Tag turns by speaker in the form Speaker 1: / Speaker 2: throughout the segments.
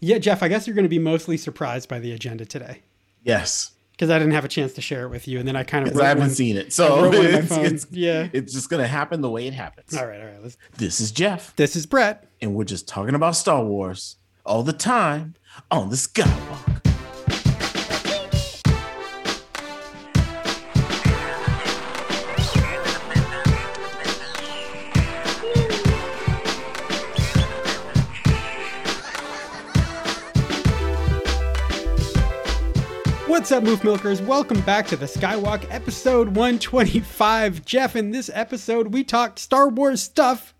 Speaker 1: Yeah, Jeff, I guess you're going to be mostly surprised by the agenda today
Speaker 2: Yes.
Speaker 1: because I didn't have a chance to share it with you, and then I kind of
Speaker 2: Because I haven't seen it. So
Speaker 1: wrote one on my
Speaker 2: it's,
Speaker 1: phone.
Speaker 2: it's,
Speaker 1: Yeah.
Speaker 2: it's just going to happen the way it happens.
Speaker 1: All right, all right. Let's,
Speaker 2: This is Jeff,
Speaker 1: this is Brett.
Speaker 2: and we're just talking about Star Wars all the time on the Skywalk.
Speaker 1: What's up, Moof Milkers? Welcome back to the Skywalk episode 125. Jeff, in this episode, we talked Star Wars stuff,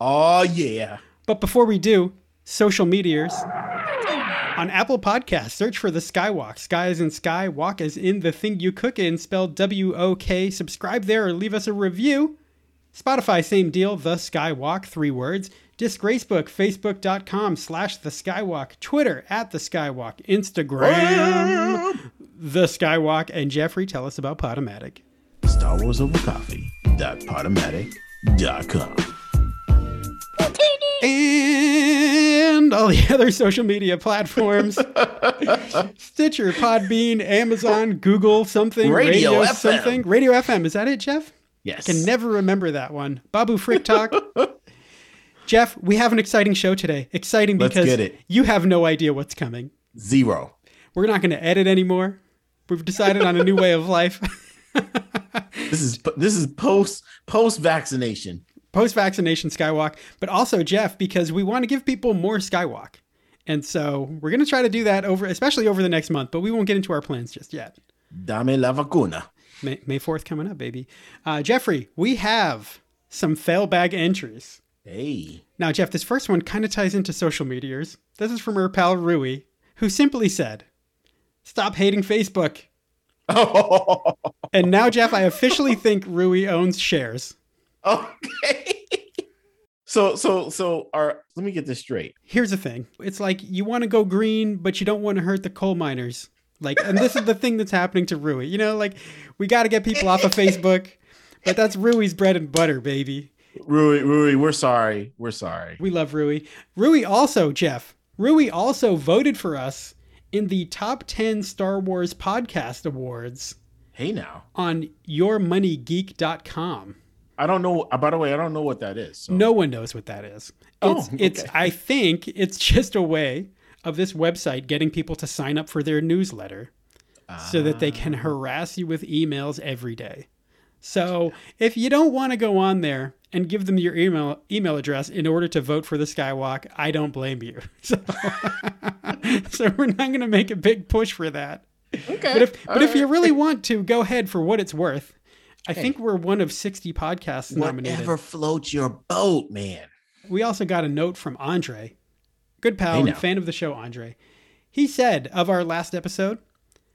Speaker 2: Oh, yeah.
Speaker 1: but before we do, social meteors. On Apple Podcasts, search for the Skywalk. Sky is in sky, walk is in the thing you cook in, spelled W O K. Subscribe there or leave us a review. Spotify, same deal, The Skywalk, three words. Disc Racebook, facebook.com slash The Skywalk. Twitter, at The Skywalk. Instagram. The Skywalk and Jeffrey tell us about Potomatic.
Speaker 2: Star Wars over coffee.podomatic.com.
Speaker 1: And all the other social media platforms Stitcher, Podbean, Amazon, Google, something,
Speaker 2: Radio FM.
Speaker 1: something. Radio FM. Is that it, Jeff?
Speaker 2: Yes.
Speaker 1: Can never remember that one. Babu Frick Talk. Jeff, we have an exciting show today. Exciting
Speaker 2: Let's
Speaker 1: because
Speaker 2: get it.
Speaker 1: you have no idea what's coming.
Speaker 2: Zero.
Speaker 1: We're not going to edit anymore. We've decided on a new way of life.
Speaker 2: This is this is post post vaccination.
Speaker 1: post vaccination Skywalk, but also Jeff, because we want to give people more Skywalk. And so we're going to try to do that over, especially over the next month, but we won't get into our plans just yet.
Speaker 2: Dame la vacuna.
Speaker 1: May, May 4th coming up, baby. Uh, Jeffrey, we have some fail bag entries.
Speaker 2: Hey.
Speaker 1: Now, Jeff, this first one kind of ties into social meteors. This is from our pal Rui, who simply said, Stop hating Facebook. And now, Jeff, I officially think Rui owns shares.
Speaker 2: Okay. So so so our let me get this straight.
Speaker 1: here's the thing it's like you want to go green but you don't want to hurt the coal miners like and this is the thing that's happening to rui you know like we got to get people off of facebook but that's rui's bread and butter baby
Speaker 2: Rui, Rui, we're sorry. We're sorry.
Speaker 1: we love rui rui also jeff rui also voted for us in the top 10 star wars podcast awards
Speaker 2: Hey now.
Speaker 1: on yourmoneygeek.com
Speaker 2: I don't know uh, by the way, I don't know what that is. So.
Speaker 1: No one knows what that is.
Speaker 2: Oh,
Speaker 1: It's, it's
Speaker 2: okay.
Speaker 1: I think it's just a way of this website getting people to sign up for their newsletter
Speaker 2: uh,
Speaker 1: so that they can harass you with emails every day. So if you don't want to go on there and give them your email email address in order to vote for the Skywalk, I don't blame you. So, so we're not going to make a big push for that.
Speaker 2: Okay.
Speaker 1: But if
Speaker 2: all
Speaker 1: but if you
Speaker 2: right.
Speaker 1: really want to, go ahead for what it's worth. I think we're one of 60 podcasts nominated.
Speaker 2: whatever floats your boat, man.
Speaker 1: We also got a note from Andre, good pal
Speaker 2: Hey
Speaker 1: and
Speaker 2: now.
Speaker 1: fan of the show, Andre. He said of our last episode,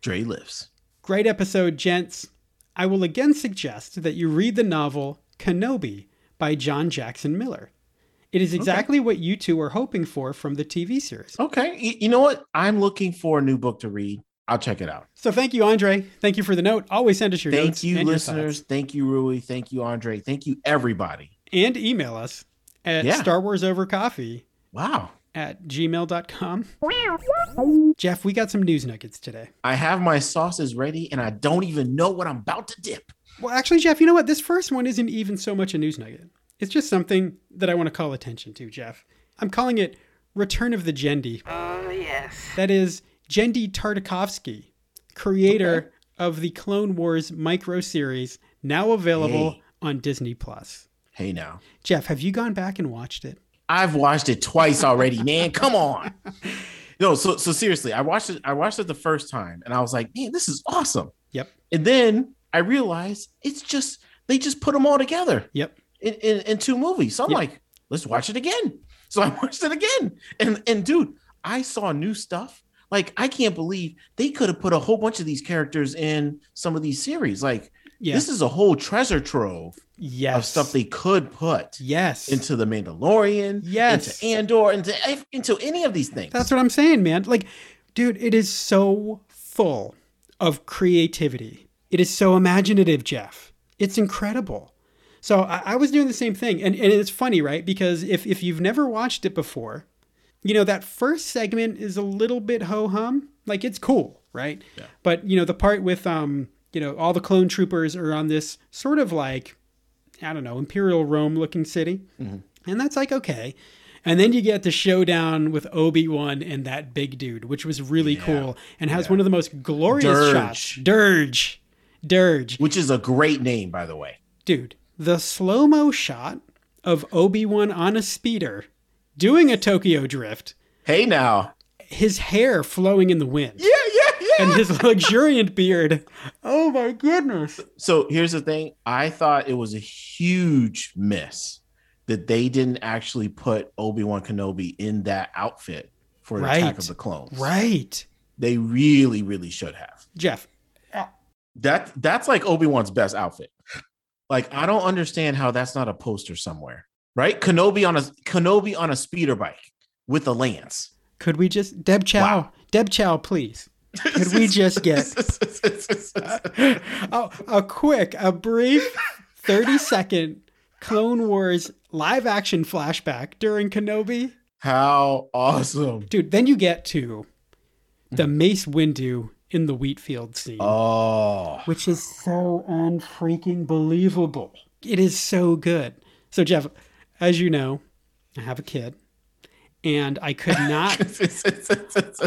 Speaker 2: Dre lives.
Speaker 1: Great episode, gents. I will again suggest that you read the novel Kenobi by John Jackson Miller. It is exactly what you two are hoping for from the TV series.
Speaker 2: Okay. y- You, know what? I'm looking for a new book to read. I'll check it out.
Speaker 1: So thank you, Andre. Thank you for the note. Always send us your
Speaker 2: Thank
Speaker 1: notes
Speaker 2: you,
Speaker 1: and your
Speaker 2: listeners. Thank you, Rui. Thank you, Andre. Thank you, everybody.
Speaker 1: thoughts. and email us at
Speaker 2: Yeah.
Speaker 1: Star Wars Over Coffee
Speaker 2: Wow.
Speaker 1: at gmail.com. Jeff, we got some news nuggets today.
Speaker 2: I have my sauces ready and I don't even know what I'm about to dip.
Speaker 1: Well, actually, Jeff, you know what? This first one isn't even so much a news nugget. It's just something that I want to call attention to, Jeff. I'm calling it Return of the Jendi.
Speaker 3: Oh, yes.
Speaker 1: That is Jendi Tartakovsky, creator of the Clone Wars micro series, now available
Speaker 2: Hey.
Speaker 1: on Disney Plus.
Speaker 2: Hey now.
Speaker 1: Jeff, have you gone back and watched it?
Speaker 2: I've watched it twice already, man. Come on. No, so so seriously, I watched it. I watched it the first time, and I was like, man, this is awesome.
Speaker 1: Yep.
Speaker 2: And then I realized it's just they just put them all together
Speaker 1: Yep.
Speaker 2: in, in, in two movies. So I'm
Speaker 1: Yeah.
Speaker 2: like, let's watch it again. So I watched it again, and and dude, I saw new stuff. Like I can't believe they could have put a whole bunch of these characters in some of these series. Like
Speaker 1: Yeah.
Speaker 2: this is a whole treasure trove
Speaker 1: yes.
Speaker 2: of stuff they could put
Speaker 1: Yes.
Speaker 2: into the Mandalorian,
Speaker 1: Yes.
Speaker 2: into Andor, into into any of these things.
Speaker 1: That's what I'm saying, man. Like, dude, it is so full of creativity. It is so imaginative, Jeff. It's incredible. So I, I was doing the same thing. And, and it's funny, right? Because if, if you've never watched it before, you know, that first segment is a little bit ho hum. Like it's cool, right?
Speaker 2: Yeah.
Speaker 1: But you know, the part with um, you know, all the clone troopers are on this sort of like, I don't know, Imperial Rome looking city.
Speaker 2: Mm-hmm.
Speaker 1: And that's like okay. And then you get the showdown with Obi Wan and that big dude, which was really
Speaker 2: Yeah.
Speaker 1: cool and has one of the most glorious shots. Dirge. Dirge.
Speaker 2: which is a great name, by the way.
Speaker 1: Dude, the slow mo shot of Obi Wan on a speeder doing a Tokyo drift,
Speaker 2: Hey now.
Speaker 1: his hair flowing in the wind,
Speaker 2: Yeah, yeah, yeah.
Speaker 1: and his luxuriant beard. Oh my goodness.
Speaker 2: So here's the thing. I thought it was a huge miss that they didn't actually put Obi Wan Kenobi in that outfit for the Attack
Speaker 1: Right.
Speaker 2: of the Clones.
Speaker 1: Right.
Speaker 2: They really, really should have.
Speaker 1: Jeff,
Speaker 2: That that's like Obi Wan's best outfit. Like I don't understand how that's not a poster somewhere, right? Kenobi on a Kenobi on a speeder bike with a lance.
Speaker 1: could we just. Deb Chow,
Speaker 2: Wow.
Speaker 1: Deb Chow, please. Could we just get a, a quick, a brief 30 second Clone Wars live action flashback during Kenobi?
Speaker 2: how awesome?
Speaker 1: Dude, then you get to the Mace Windu in the wheat field scene,
Speaker 2: Oh,
Speaker 1: which is so unfreaking believable. It is so good. So, Jeff, as you know, I have a kid, and I could not,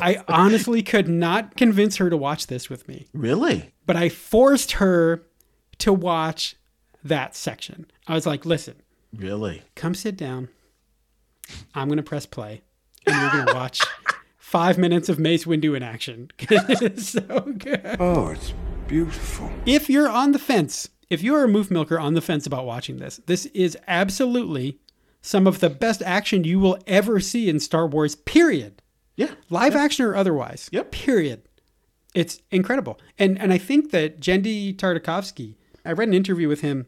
Speaker 1: I honestly could not convince her to watch this with me,
Speaker 2: really?
Speaker 1: but I forced her to watch that section. I was like, listen,
Speaker 2: Really?
Speaker 1: come sit down. I'm going to press play and you're going to watch five minutes of Mace Windu in action. 'Cause it's so good.
Speaker 3: Oh, it's beautiful.
Speaker 1: If you're on the fence, if you're a move milker on the fence about watching this, this is absolutely some of the best action you will ever see in Star Wars, period.
Speaker 2: Yeah.
Speaker 1: Live action or otherwise.
Speaker 2: Yep.
Speaker 1: Period. It's incredible. And and I think that Jendy Tartakovsky, I read an interview with him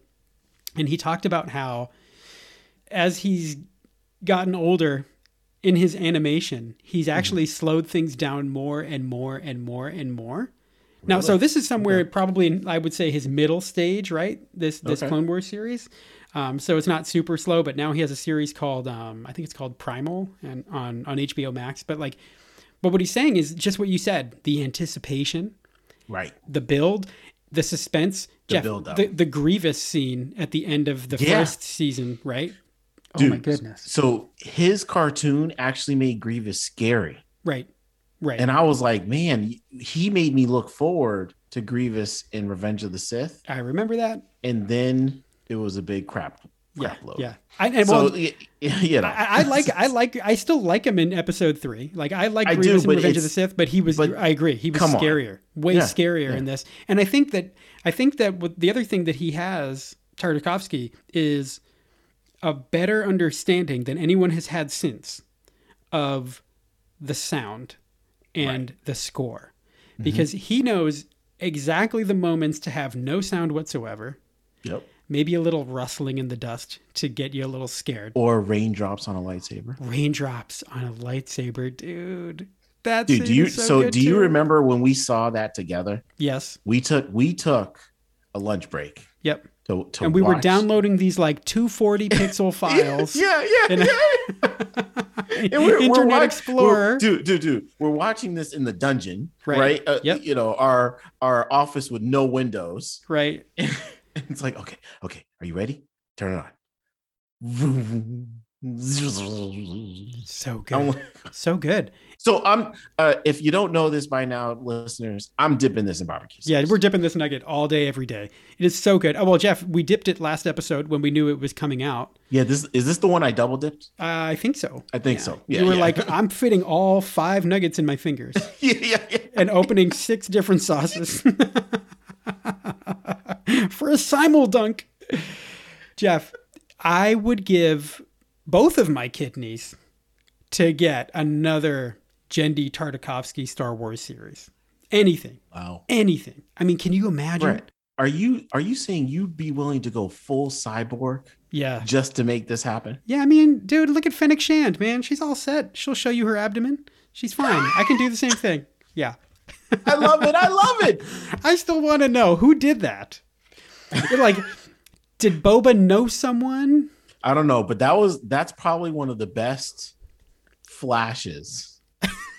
Speaker 1: and he talked about how as he's gotten older in his animation, he's
Speaker 2: Mm-hmm.
Speaker 1: actually slowed things down more and more and more and more. Now, so this is somewhere probably in, I would say his middle stage, right? This this
Speaker 2: Okay.
Speaker 1: Clone Wars series. Um, so it's not super slow, but now he has a series called um, I think it's called Primal and on on HBO Max. But like, but what he's saying is just what you said: the anticipation,
Speaker 2: Right.
Speaker 1: the build, the suspense. The Jeff,
Speaker 2: build-up.
Speaker 1: the the Grievous scene at the end of the
Speaker 2: Yeah.
Speaker 1: first season, right?
Speaker 2: Dude,
Speaker 1: oh my goodness!
Speaker 2: So his cartoon actually made Grievous scary.
Speaker 1: Right, right.
Speaker 2: And I was like, man, he made me look forward to Grievous in Revenge of the Sith.
Speaker 1: I remember that.
Speaker 2: And then it was a big crap,
Speaker 1: Yeah,
Speaker 2: crap load.
Speaker 1: yeah. I, and
Speaker 2: so,
Speaker 1: well,
Speaker 2: y- y- you know,
Speaker 1: I, I like, I like, I still like him in episode three. Like I like
Speaker 2: I do,
Speaker 1: Grievous in
Speaker 2: but
Speaker 1: Revenge of the
Speaker 2: it's-
Speaker 1: Sith, but he was,
Speaker 2: but
Speaker 1: I agree, he was
Speaker 2: come on.
Speaker 1: scarier, way
Speaker 2: Yeah,
Speaker 1: scarier
Speaker 2: yeah.
Speaker 1: in this. And I think that, I think that what, the other thing that he has, Tartakovsky, is a better understanding than anyone has had since of the sound and the score,
Speaker 2: Mm-hmm.
Speaker 1: because he knows exactly the moments to have no sound whatsoever.
Speaker 2: yep.
Speaker 1: maybe a little rustling in the dust to get you a little scared.
Speaker 2: Or raindrops on a lightsaber.
Speaker 1: Raindrops on a lightsaber, dude. That's
Speaker 2: Dude, do you so, do you remember when we saw that together?
Speaker 1: Yes.
Speaker 2: We took we took a lunch break
Speaker 1: Yep.
Speaker 2: to, to
Speaker 1: And we were
Speaker 2: watch-
Speaker 1: downloading these like 240 pixel files.
Speaker 2: Yeah, yeah,
Speaker 1: And-
Speaker 2: yeah. And we're- we're
Speaker 1: Internet
Speaker 2: watch-
Speaker 1: Explorer.
Speaker 2: we're- dude, dude, dude. We're watching this in the dungeon,
Speaker 1: Right.
Speaker 2: right? Uh,
Speaker 1: Yep.
Speaker 2: You know, our our office with no windows.
Speaker 1: Right.
Speaker 2: It's like, okay, okay, are you ready? Turn it on.
Speaker 1: So good.
Speaker 2: I'm-
Speaker 1: so good.
Speaker 2: so I'm. Uh, if you don't know this by now, listeners, I'm dipping this in barbecue.
Speaker 1: Yeah,
Speaker 2: sauce.
Speaker 1: we're dipping this nugget all day, every day. It is so good. Oh, well, Jeff, we dipped it last episode when we knew it was coming out.
Speaker 2: yeah. This is this the one I double dipped.
Speaker 1: Uh, I think so.
Speaker 2: I think so. Yeah,
Speaker 1: you were
Speaker 2: yeah.
Speaker 1: like, I'm fitting all five nuggets in my fingers.
Speaker 2: yeah, yeah, yeah.
Speaker 1: and opening six different sauces for a simul dunk. Jeff, I would give both of my kidneys to get another Jendy Tartakovsky Star Wars series. Anything,
Speaker 2: Wow.
Speaker 1: anything. I mean, can you imagine?
Speaker 2: Brett, are you are you saying you'd be willing to go full cyborg
Speaker 1: Yeah.
Speaker 2: just to make this happen?
Speaker 1: Yeah, I mean, dude, look at Fennec Shand, man. She's all set. She'll show you her abdomen. She's fine. I can do the same thing. Yeah.
Speaker 2: I love it. I love it.
Speaker 1: I still want to know who did that. You're like, did Boba know someone?
Speaker 2: I don't know, but that was that's probably one of the best flashes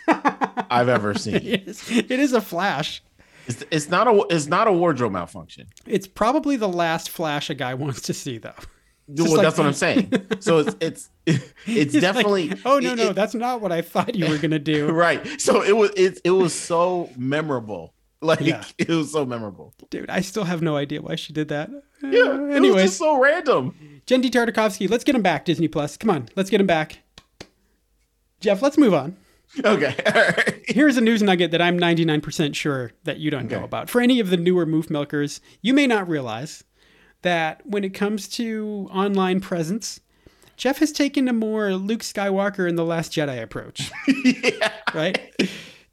Speaker 2: I've ever seen.
Speaker 1: it, is, it is a flash.
Speaker 2: It's, it's not a it's not a wardrobe malfunction.
Speaker 1: It's probably the last flash a guy wants to see, though.
Speaker 2: Well,
Speaker 1: like-
Speaker 2: that's what I'm saying. So it's it's it's
Speaker 1: He's like,
Speaker 2: definitely.
Speaker 1: oh no,
Speaker 2: it-
Speaker 1: no,
Speaker 2: it-
Speaker 1: that's not what I thought you were gonna do.
Speaker 2: right. So it was it, it was so memorable. Like
Speaker 1: Yeah. Uh,
Speaker 2: it was so memorable.
Speaker 1: Dude, I still have no idea why she did that. Uh,
Speaker 2: Yeah. It was
Speaker 1: anyways,
Speaker 2: just so random.
Speaker 1: Jen D. Tartakovsky, let's get him back, Disney Plus. Come on, let's get him back. Jeff, let's move on.
Speaker 2: Okay. All right.
Speaker 1: Here's a news nugget that I'm 99% sure that you don't know
Speaker 2: Okay.
Speaker 1: about. For any of the newer Moof Milkers, you may not realize that when it comes to online presence, Jeff has taken a more Luke Skywalker in The Last Jedi approach,
Speaker 2: yeah.
Speaker 1: right?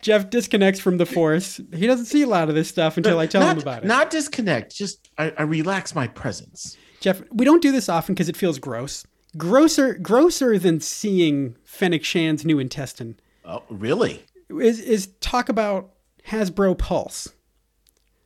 Speaker 1: Jeff disconnects from the Force. He doesn't see a lot of this stuff until I tell
Speaker 2: not,
Speaker 1: him about it.
Speaker 2: Not disconnect. Just I, I relax my presence.
Speaker 1: Jeff, we don't do this often because it feels gross. Grosser, grosser than seeing Fennec Shan's new intestine
Speaker 2: Oh, really?
Speaker 1: is is talk about Hasbro Pulse.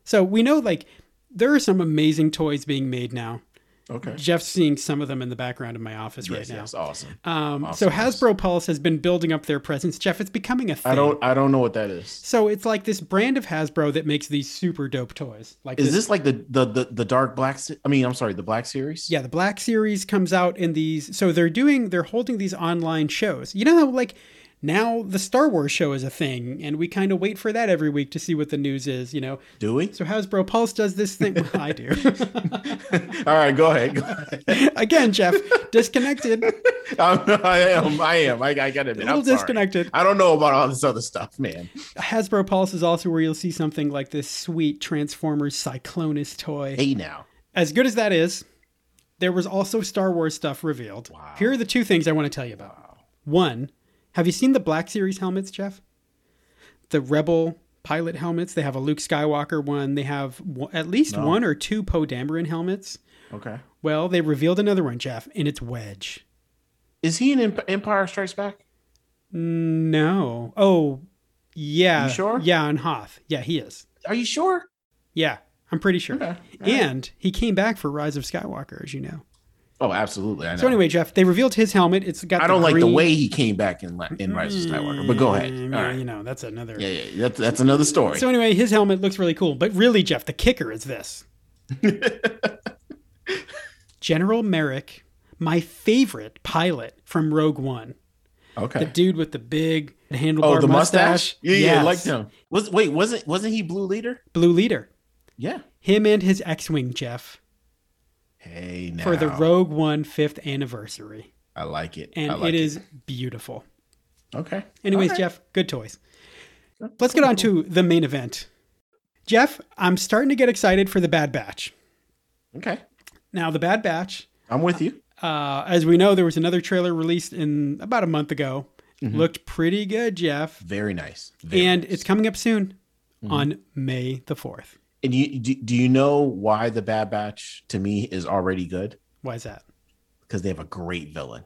Speaker 1: So we know like there are some amazing toys being made now.
Speaker 2: Okay.
Speaker 1: Jeff's seeing some of them in the background of my office
Speaker 2: Yes,
Speaker 1: right now.
Speaker 2: yes, awesome.
Speaker 1: Um,
Speaker 2: Awesome,
Speaker 1: So Hasbro Pulse has been building up their presence. Jeff, it's becoming a thing.
Speaker 2: I don't I don't know what that is.
Speaker 1: So it's like this brand of Hasbro that makes these super dope toys. Like
Speaker 2: Is this like the the the, the dark black? se- I mean, I'm sorry, the black series.
Speaker 1: Yeah, the Black Series comes out in these. So they're doing, they're holding these online shows. You know, how, like now the Star Wars show is a thing, and we kind of wait for that every week to see what the news is. You know,
Speaker 2: Do we?
Speaker 1: so Hasbro Pulse does this thing. Well, I do.
Speaker 2: All right, go ahead. Go ahead.
Speaker 1: Again, Jeff, disconnected. A
Speaker 2: I'm, I am. I am. I, I got to admit,
Speaker 1: little
Speaker 2: I'm sorry.
Speaker 1: disconnected.
Speaker 2: I don't know about all this other stuff, man.
Speaker 1: Hasbro Pulse is also where you'll see something like this sweet Transformers Cyclonus toy.
Speaker 2: Hey, now.
Speaker 1: As good as that is, there was also Star Wars stuff revealed.
Speaker 2: Wow.
Speaker 1: Here are the two things I want to tell you about. One, have you seen the Black Series helmets, Jeff? The Rebel pilot helmets. They have a Luke Skywalker one. They have w- at least
Speaker 2: No.
Speaker 1: one or two Poe Dameron helmets.
Speaker 2: Okay.
Speaker 1: Well, they revealed another one, Jeff, and it's Wedge.
Speaker 2: Is he in Emp- Empire Strikes Back?
Speaker 1: No. Oh, yeah.
Speaker 2: You sure?
Speaker 1: Yeah, on Hoth. Yeah, he is.
Speaker 2: Are you sure?
Speaker 1: Yeah, I'm pretty sure.
Speaker 2: Okay. All right.
Speaker 1: And he came back for Rise of Skywalker, as you know.
Speaker 2: Oh, absolutely. I know.
Speaker 1: So anyway, Jeff, they revealed his helmet. It's got.
Speaker 2: I don't like the
Speaker 1: green-
Speaker 2: way he came back in La- in Rise of Skywalker, but go ahead.
Speaker 1: Mm,
Speaker 2: All
Speaker 1: yeah,
Speaker 2: right.
Speaker 1: You know, that's another.
Speaker 2: Yeah, yeah. That's that's another story.
Speaker 1: So anyway, his helmet looks really cool, but really, Jeff, the kicker is this: General Merrick, my favorite pilot from Rogue One, the
Speaker 2: okay.
Speaker 1: dude with the big handlebar
Speaker 2: Oh, the mustache. Yeah, yeah. I
Speaker 1: Yes.
Speaker 2: liked him. Was wait wasn't wasn't he Blue Leader?
Speaker 1: Blue Leader,
Speaker 2: Yeah.
Speaker 1: him and his X-wing, Jeff,
Speaker 2: Hey, now
Speaker 1: for the Rogue One fifth anniversary,
Speaker 2: I like it.
Speaker 1: and
Speaker 2: I like
Speaker 1: it is beautiful.
Speaker 2: okay.
Speaker 1: Anyways,
Speaker 2: All right.
Speaker 1: Jeff, good toys. Let's get on to the main event. Jeff, I'm starting to get excited for the Bad Batch.
Speaker 2: Okay,
Speaker 1: Now, the Bad Batch,
Speaker 2: I'm with you.
Speaker 1: uh, as we know, there was another trailer released in about a month ago. Looked pretty good, Jeff.
Speaker 2: Very nice. Mm-hmm. Very
Speaker 1: and
Speaker 2: nice. Mm-hmm.
Speaker 1: it's coming up soon on May the 4th.
Speaker 2: and you do, do you know why the Bad Batch to me is already good?
Speaker 1: Why is that?
Speaker 2: Because they have a great villain,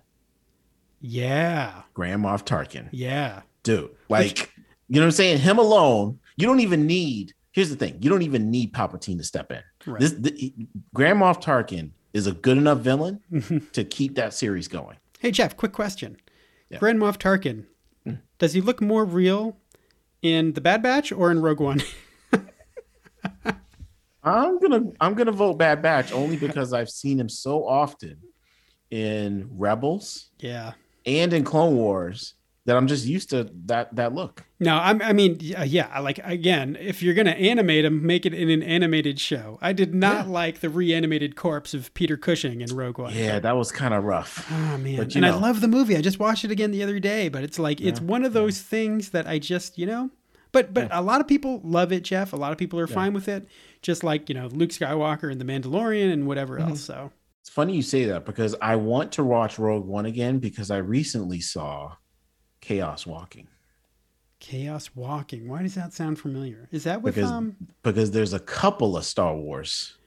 Speaker 1: Yeah.
Speaker 2: Grand Moff Tarkin.
Speaker 1: Yeah.
Speaker 2: dude. Like, you know what I'm saying? Him alone, you don't even need. Here's the thing: you don't even need Palpatine to step in.
Speaker 1: Right.
Speaker 2: This the, Grand Moff Tarkin is a good enough villain to keep that series going.
Speaker 1: Hey, Jeff, quick question.
Speaker 2: Yeah. Hmm.
Speaker 1: Grand Moff Tarkin, does he look more real in The Bad Batch or in Rogue One?
Speaker 2: I'm gonna I'm gonna vote Bad Batch only because I've seen him so often in Rebels
Speaker 1: yeah.
Speaker 2: and in Clone Wars that I'm just used to that that look.
Speaker 1: No, I'm, I mean, yeah, yeah, I like again, if you're gonna animate him, make it in an animated show. I did not like the reanimated corpse of Peter Cushing in Rogue One.
Speaker 2: Yeah, that was kind of rough.
Speaker 1: Oh man,
Speaker 2: But,
Speaker 1: and
Speaker 2: you
Speaker 1: I
Speaker 2: know.
Speaker 1: love the movie. I just watched it again the other day, but it's like it's one of those things that I just you know. But but a lot of people love it, Jeff. A lot of people are fine with it, just like you know Luke Skywalker and the Mandalorian and whatever
Speaker 2: Mm-hmm.
Speaker 1: else. So
Speaker 2: It's funny you say that because I want to watch Rogue One again because I recently saw Chaos Walking.
Speaker 1: Chaos Walking. Why does that sound familiar? Is that with
Speaker 2: Because-
Speaker 1: um?
Speaker 2: because there's a couple of Star Wars.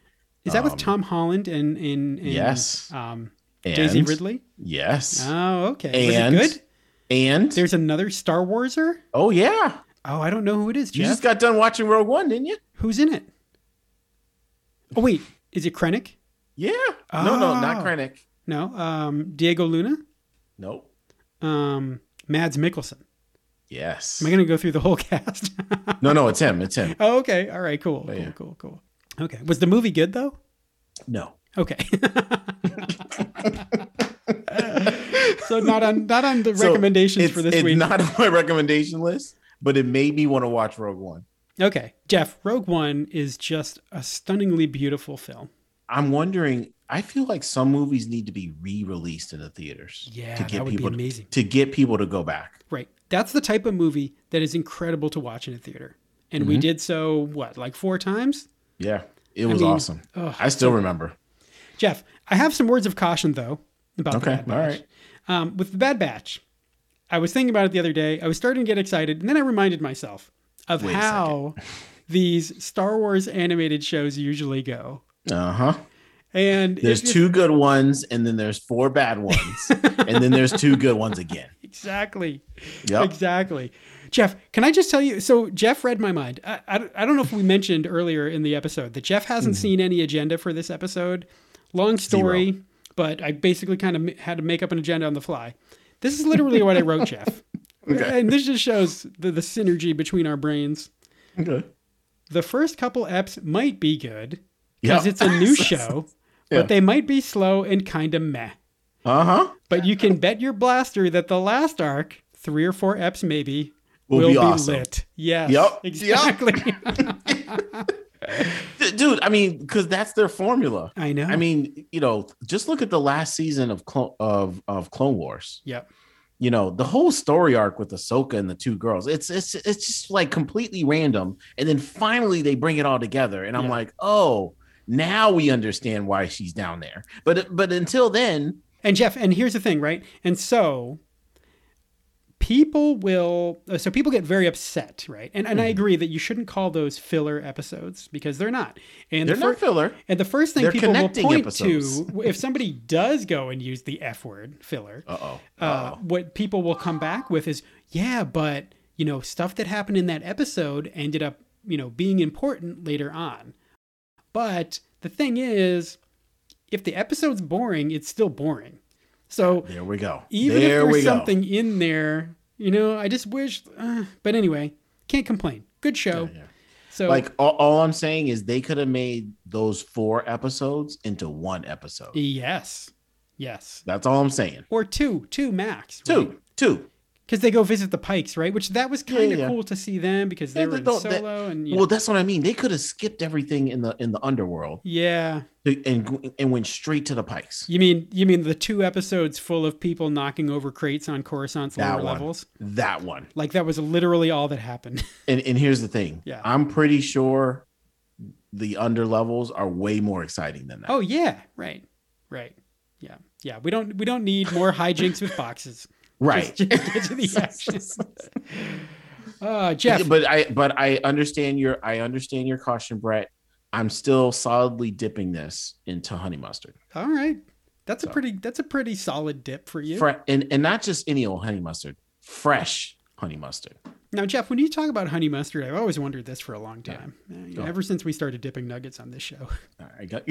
Speaker 1: Is that with
Speaker 2: um,
Speaker 1: Tom Holland and in, in
Speaker 2: yes.
Speaker 1: um
Speaker 2: And,
Speaker 1: Daisy Ridley?
Speaker 2: Yes.
Speaker 1: Oh, okay.
Speaker 2: and
Speaker 1: Was it good?
Speaker 2: And
Speaker 1: There's another Star Warser?
Speaker 2: oh yeah,
Speaker 1: Oh, I don't know who it is,
Speaker 2: you
Speaker 1: Jeff.
Speaker 2: just got done watching Rogue One, didn't you?
Speaker 1: Who's in it? Oh, wait. Is it Krennic?
Speaker 2: Yeah. No, no,
Speaker 1: Oh.
Speaker 2: not Krennic.
Speaker 1: No. Um, Diego Luna?
Speaker 2: Nope.
Speaker 1: Um, Mads Mikkelsen.
Speaker 2: Yes.
Speaker 1: Am I going to go through the whole cast?
Speaker 2: No, no, it's him. It's him.
Speaker 1: oh, okay. All right. Cool.
Speaker 2: Oh,
Speaker 1: Cool.
Speaker 2: yeah.
Speaker 1: Cool. Cool. Okay. Was the movie good though?
Speaker 2: No.
Speaker 1: Okay. so not on not on the
Speaker 2: So,
Speaker 1: recommendations
Speaker 2: It's,
Speaker 1: for this
Speaker 2: it's
Speaker 1: week.
Speaker 2: not on my recommendation list, but it made me want to watch Rogue One.
Speaker 1: okay, Jeff, Rogue One is just a stunningly beautiful film.
Speaker 2: I'm wondering. I feel like some movies need to be re-released in the theaters.
Speaker 1: Yeah,
Speaker 2: to get
Speaker 1: that would
Speaker 2: people
Speaker 1: be amazing.
Speaker 2: to get people to go back.
Speaker 1: Right. That's the type of movie that is incredible to watch in a theater. And
Speaker 2: Mm-hmm.
Speaker 1: we did so what, like four times?
Speaker 2: Yeah, it was
Speaker 1: mean, uh,
Speaker 2: awesome. I still remember.
Speaker 1: Jeff, I have some words of caution though about
Speaker 2: Okay,
Speaker 1: the Bad Batch.
Speaker 2: all right.
Speaker 1: Um, with the Bad Batch, I was thinking about it the other day. I was starting to get excited, and then I reminded myself of
Speaker 2: Wait a
Speaker 1: how these Star Wars animated shows usually go.
Speaker 2: Uh huh.
Speaker 1: And it
Speaker 2: There's
Speaker 1: just-
Speaker 2: two good ones, and then there's four bad ones, and then there's two good ones again.
Speaker 1: exactly,
Speaker 2: Yep.
Speaker 1: exactly. Jeff, can I just tell you? So Jeff read my mind. I, I, don't- I don't know if we mentioned earlier in the episode that Jeff hasn't
Speaker 2: Mm-hmm.
Speaker 1: seen any agenda for this episode. Long story, but I basically kind of m- had to make up an agenda on the fly. This is literally what I wrote, Jeff. And this just shows the, the synergy between our brains.
Speaker 2: Okay.
Speaker 1: The first couple eps might be good because
Speaker 2: Yep.
Speaker 1: it's a new show,
Speaker 2: Yeah.
Speaker 1: but they might be slow and kind of meh.
Speaker 2: Uh huh.
Speaker 1: But you can bet your blaster that the last arc, three or four eps maybe,
Speaker 2: Will
Speaker 1: will,
Speaker 2: be
Speaker 1: be,
Speaker 2: awesome.
Speaker 1: lit. Yes.
Speaker 2: Yup.
Speaker 1: Exactly.
Speaker 2: Dude, I mean, because that's their formula.
Speaker 1: I know.
Speaker 2: I mean, you know, just look at the last season of Clo- of of Clone Wars.
Speaker 1: Yep.
Speaker 2: You know, the whole story arc with Ahsoka and the two girls. It's it's it's just like completely random, and then finally they bring it all together, and I'm
Speaker 1: Yeah.
Speaker 2: like, oh, now we understand why she's down there. But but until then,
Speaker 1: And Jeff, and here's the thing, right? And so people will uh, so people get very upset, right? And and
Speaker 2: Mm-hmm.
Speaker 1: I agree that you shouldn't call those filler episodes because they're not. And
Speaker 2: they're
Speaker 1: the
Speaker 2: not
Speaker 1: fir-
Speaker 2: filler.
Speaker 1: and the first thing
Speaker 2: They're
Speaker 1: people will
Speaker 2: connecting
Speaker 1: point
Speaker 2: episodes.
Speaker 1: to if somebody does go and use the F word filler,
Speaker 2: Uh oh.
Speaker 1: uh, what people will come back with is, yeah, but you know, stuff that happened in that episode ended up, you know, being important later on. But the thing is, if the episode's boring, it's still boring. So
Speaker 2: There we go.
Speaker 1: even
Speaker 2: there
Speaker 1: if
Speaker 2: we
Speaker 1: there's
Speaker 2: go.
Speaker 1: something in there, you know, I just wish. Uh, but anyway, can't complain. Good show.
Speaker 2: yeah.
Speaker 1: So
Speaker 2: Like all, all I'm saying is they could have made those four episodes into one episode.
Speaker 1: E yes, yes,
Speaker 2: That's all I'm saying.
Speaker 1: or two, two max,
Speaker 2: Two, two.
Speaker 1: because they go visit the Pikes, right? Which that was
Speaker 2: yeah,
Speaker 1: kind of
Speaker 2: yeah.
Speaker 1: cool to see them because they
Speaker 2: Yeah,
Speaker 1: were
Speaker 2: they
Speaker 1: in
Speaker 2: don't- they-
Speaker 1: solo and you know.
Speaker 2: Well, that's what I mean. They could have skipped everything in the in the underworld
Speaker 1: Yeah,
Speaker 2: and and went straight to the Pikes.
Speaker 1: you mean you mean the two episodes full of people knocking over crates on Coruscant's lower
Speaker 2: That one.
Speaker 1: levels?
Speaker 2: That one.
Speaker 1: Like that was literally all that happened.
Speaker 2: And and here's the thing.
Speaker 1: Yeah.
Speaker 2: I'm pretty sure the under levels are way more exciting than that.
Speaker 1: oh yeah, right, right, yeah, yeah. We don't we don't need more hijinks with boxes.
Speaker 2: right.
Speaker 1: Just, just get to the action. Uh, Jeff,
Speaker 2: But I but I understand your I understand your caution, Brett. I'm still solidly dipping this into honey mustard.
Speaker 1: all right, that's a pretty that's a pretty solid dip for you.
Speaker 2: Fre- and and not just any old honey mustard, fresh honey mustard.
Speaker 1: Now, Jeff, when you talk about honey mustard, I've always wondered this for a long time. Uh, you know,
Speaker 2: Go.
Speaker 1: Ever since we started dipping nuggets on this show,
Speaker 2: I got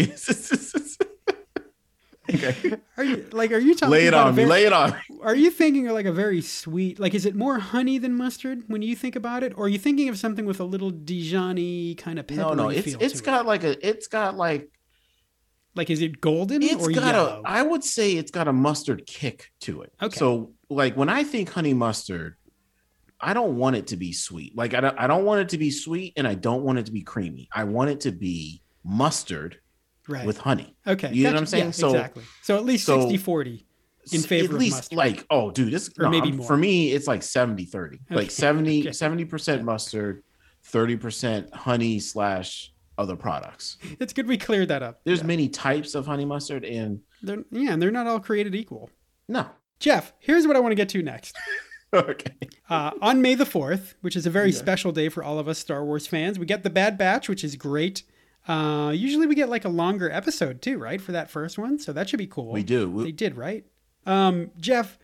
Speaker 2: okay.
Speaker 1: are you like are you talking?
Speaker 2: Lay it
Speaker 1: about a
Speaker 2: on me.
Speaker 1: very-
Speaker 2: Lay it on. me.
Speaker 1: Are you thinking of like a very sweet, like is it more honey than mustard when you think about it, or are you thinking of something with a little Dijon-y kind of peppery
Speaker 2: No, no. It's
Speaker 1: feel
Speaker 2: it's
Speaker 1: to
Speaker 2: got like a it's got like
Speaker 1: it? like is it golden
Speaker 2: it's
Speaker 1: or
Speaker 2: got
Speaker 1: yellow?
Speaker 2: a I would say it's got a mustard kick to it.
Speaker 1: Okay.
Speaker 2: So like when I think honey mustard, I don't want it to be sweet. Like I don't I don't want it to be sweet and I don't want it to be creamy. I want it to be mustard
Speaker 1: right.
Speaker 2: with honey.
Speaker 1: okay,
Speaker 2: you know what
Speaker 1: gotcha.
Speaker 2: I'm saying?
Speaker 1: Yeah,
Speaker 2: So-
Speaker 1: exactly. So at least
Speaker 2: so-
Speaker 1: 60-40. In
Speaker 2: s-
Speaker 1: favor
Speaker 2: at
Speaker 1: of
Speaker 2: least
Speaker 1: mustard.
Speaker 2: like oh dude this
Speaker 1: Or
Speaker 2: no,
Speaker 1: maybe
Speaker 2: I'm-
Speaker 1: more.
Speaker 2: for me it's like 70 30
Speaker 1: Okay,
Speaker 2: like 70
Speaker 1: okay.
Speaker 2: 70 percent mustard 30 percent honey slash other products
Speaker 1: It's good we cleared that up.
Speaker 2: there's
Speaker 1: yeah.
Speaker 2: many types of honey mustard and
Speaker 1: They're, yeah, and they're not all created equal.
Speaker 2: no
Speaker 1: Jeff, here's what I want to get to next.
Speaker 2: okay
Speaker 1: Uh, on May the 4th, which is a very special day for all of us Star Wars fans, we get The Bad Batch, which is great. Uh, usually we get like a longer episode too, right, for that first one? So that should be cool.
Speaker 2: we do We-
Speaker 1: They did, right? Um, Jeff,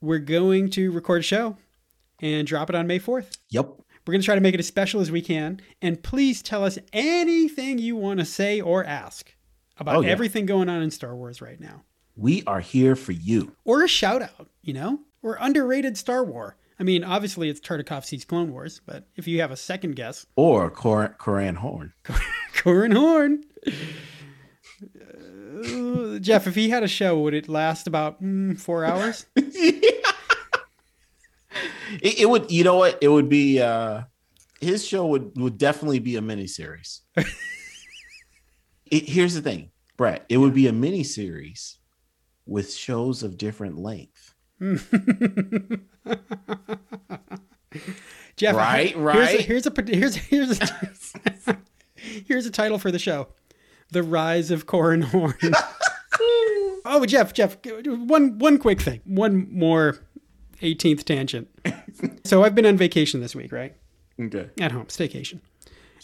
Speaker 1: we're going to record a show and drop it on May 4th.
Speaker 2: yep
Speaker 1: We're going to try to make it as special as we can. And please tell us anything you want to say or ask about
Speaker 2: Oh, yeah.
Speaker 1: everything going on in Star Wars right now.
Speaker 2: we are here for you
Speaker 1: Or a shout out, you know? Or or underrated Star Wars? I mean, obviously it's Tartakovsky's Clone Wars, but if you have a second guess,
Speaker 2: Or Cor- Coran Horn.
Speaker 1: Corin Horn. Uh, Jeff, if he had a show, would it last about mm, four hours?
Speaker 2: It, it would, you know what? It would be uh his show would would definitely be a miniseries. it, here's the thing, Brett. It would be a miniseries with shows of different length.
Speaker 1: Jeff,
Speaker 2: Right, right.
Speaker 1: Here's a here's a, here's a, here's a, here's a title for the show: "The Rise of Corin Horn." oh, Jeff, Jeff, one one quick thing, one more 18th tangent. so I've been on vacation this week, right?
Speaker 2: Okay.
Speaker 1: At home, staycation.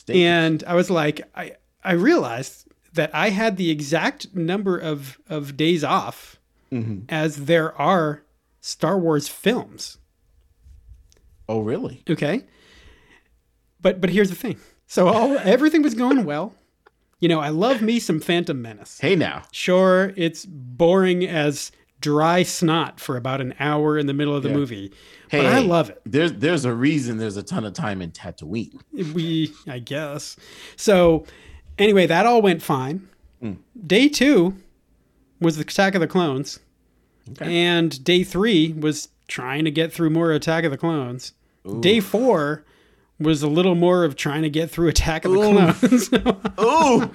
Speaker 1: and I was like, I I realized that I had the exact number of of days off
Speaker 2: Mm-hmm.
Speaker 1: as there are Star Wars films.
Speaker 2: oh, really?
Speaker 1: Okay, but but here's the thing. So all everything was going well. You know, I love me some Phantom Menace.
Speaker 2: Hey, now.
Speaker 1: Sure, it's boring as dry snot for about an hour in the middle of the
Speaker 2: Yeah.
Speaker 1: movie,
Speaker 2: Hey,
Speaker 1: but I
Speaker 2: hey,
Speaker 1: love it.
Speaker 2: There's there's a reason there's a ton of time in Tatooine.
Speaker 1: we i guess so anyway that all went fine
Speaker 2: Mm.
Speaker 1: day two was the attack of the clones
Speaker 2: Okay.
Speaker 1: and day three was trying to get through more attack of the clones day four was a little more of trying to get through attack of the clones
Speaker 2: Oh,